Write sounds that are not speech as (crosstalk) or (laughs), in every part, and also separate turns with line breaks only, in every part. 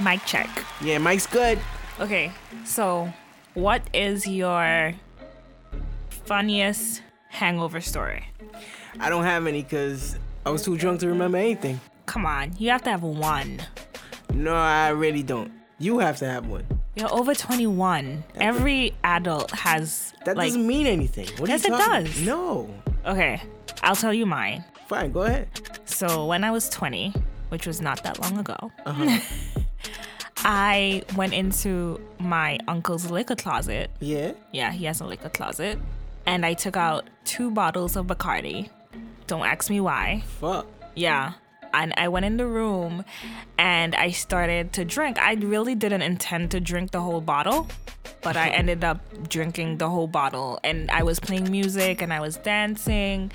mic check.
Yeah, Mike's good.
Okay, so what is your funniest hangover story?
I don't have any because I was too drunk to remember anything.
Come on, you have to have one.
No, I really don't. You have to have one.
You're over 21. Every adult has
That
like
doesn't mean anything. What
Yes,
are
it
you talking-
does.
No.
Okay, I'll tell you mine.
Fine, go ahead.
So when I was 20, which was not that long ago,
Uh-huh.
(laughs) I went into my uncle's liquor closet.
Yeah.
Yeah, he has a liquor closet. And I took out two bottles of Bacardi. Don't ask me why.
Fuck.
Yeah. And I went in the room and I started to drink. I really didn't intend to drink the whole bottle, but I ended up drinking the whole bottle. And I was playing music and I was dancing.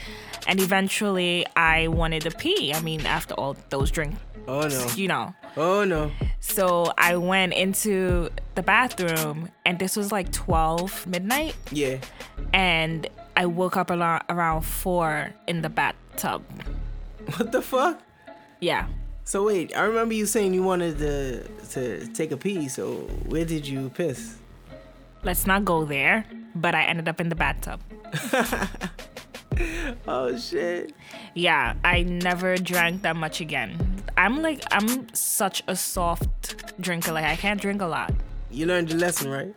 And eventually I wanted to pee. I mean, after all those drinks,
Oh no.
you know.
Oh no.
So I went into the bathroom and this was like 12 midnight.
Yeah. (laughs)
And I woke up around, around four in the bathtub.
What the fuck?
Yeah.
So wait, I remember you saying you wanted to to take a pee. So where did you piss?
let's not go there. But I ended up in the bathtub.
Oh shit.
Yeah, I never drank that much again. I'm like, I'm such a soft drinker. Like, I can't drink a lot.
You learned your lesson, right?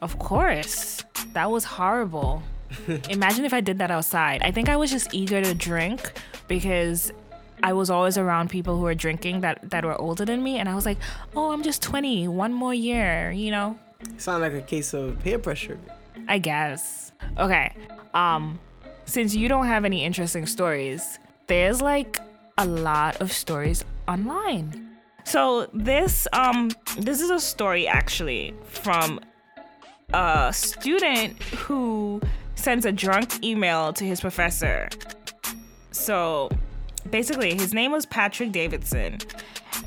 Of course, that was horrible. Imagine if I did that outside. I think I was just eager to drink because I was always around people who were drinking that, that were older than me. And I was like, oh, I'm just 20, one more year, you know?
Sound like a case of peer pressure.
I guess. Okay. Um since you don't have any interesting stories, there's like a lot of stories online. So this um this is a story actually from a student who sends a drunk email to his professor. So basically his name was Patrick Davidson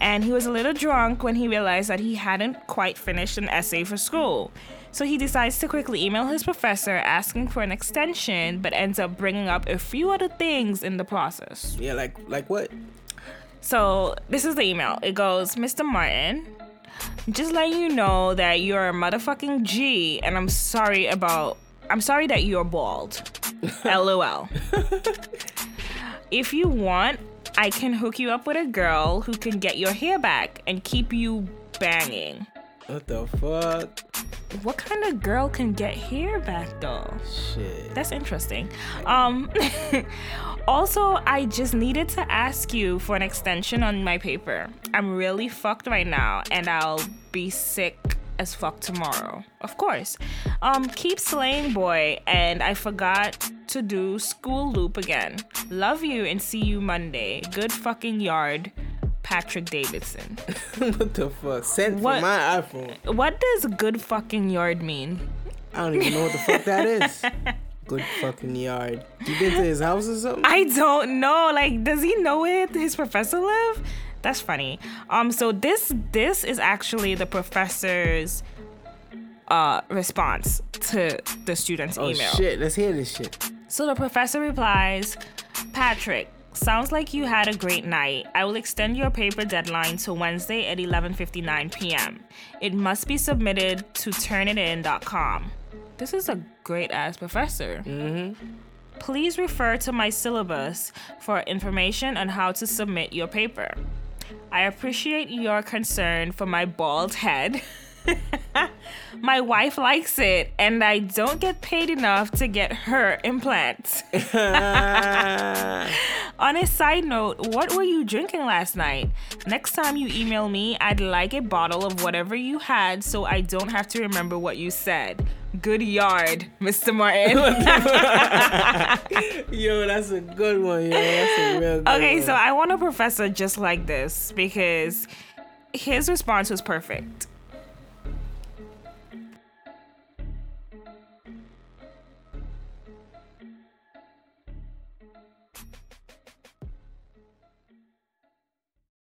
and he was a little drunk when he realized that he hadn't quite finished an essay for school. So he decides to quickly email his professor asking for an extension, but ends up bringing up a few other things in the process.
Yeah, like like what?
So this is the email. It goes, Mr. Martin, just letting you know that you're a motherfucking G, and I'm sorry about. I'm sorry that you're bald. LOL. if you want, I can hook you up with a girl who can get your hair back and keep you banging.
What the fuck?
What kind of girl can get hair back though?
Shit.
That's interesting. Um, (laughs) also, I just needed to ask you for an extension on my paper. I'm really fucked right now, and I'll be sick as fuck tomorrow. Of course. Um, keep slaying, boy, and I forgot to do school loop again. Love you and see you Monday. Good fucking yard, Patrick Davidson.
(laughs) what the fuck? Sent
What?
from my iPhone.
What does good fucking yard mean?
I don't even know what the fuck
(laughs)
that is. Good fucking yard. You been to his house or something?
I don't know. Like, does he know where his professor live? That's funny. Um, so this this is actually the professor's uh response to the student's
oh
email.
shit, let's hear this shit. (laughs)
So the professor replies, Patrick, sounds like you had a great night. I will extend your paper deadline to Wednesday at 11:59 p.m. It must be submitted to turnitin.com. This is a great ass professor. Mm-hmm. Please refer to my syllabus for information on how to submit your paper. I appreciate your concern for my bald head. (laughs) My wife likes it, and I don't get paid enough to get her implants. On a side note, what were you drinking last night? Next time you email me, I'd like a bottle of whatever you had so I don't have to remember what you said. Good yard, (laughs) Mr. Martin.
Yo, that's a good one, yo. That's a real good
okay,
one.
so I want a professor just like this because his response was perfect.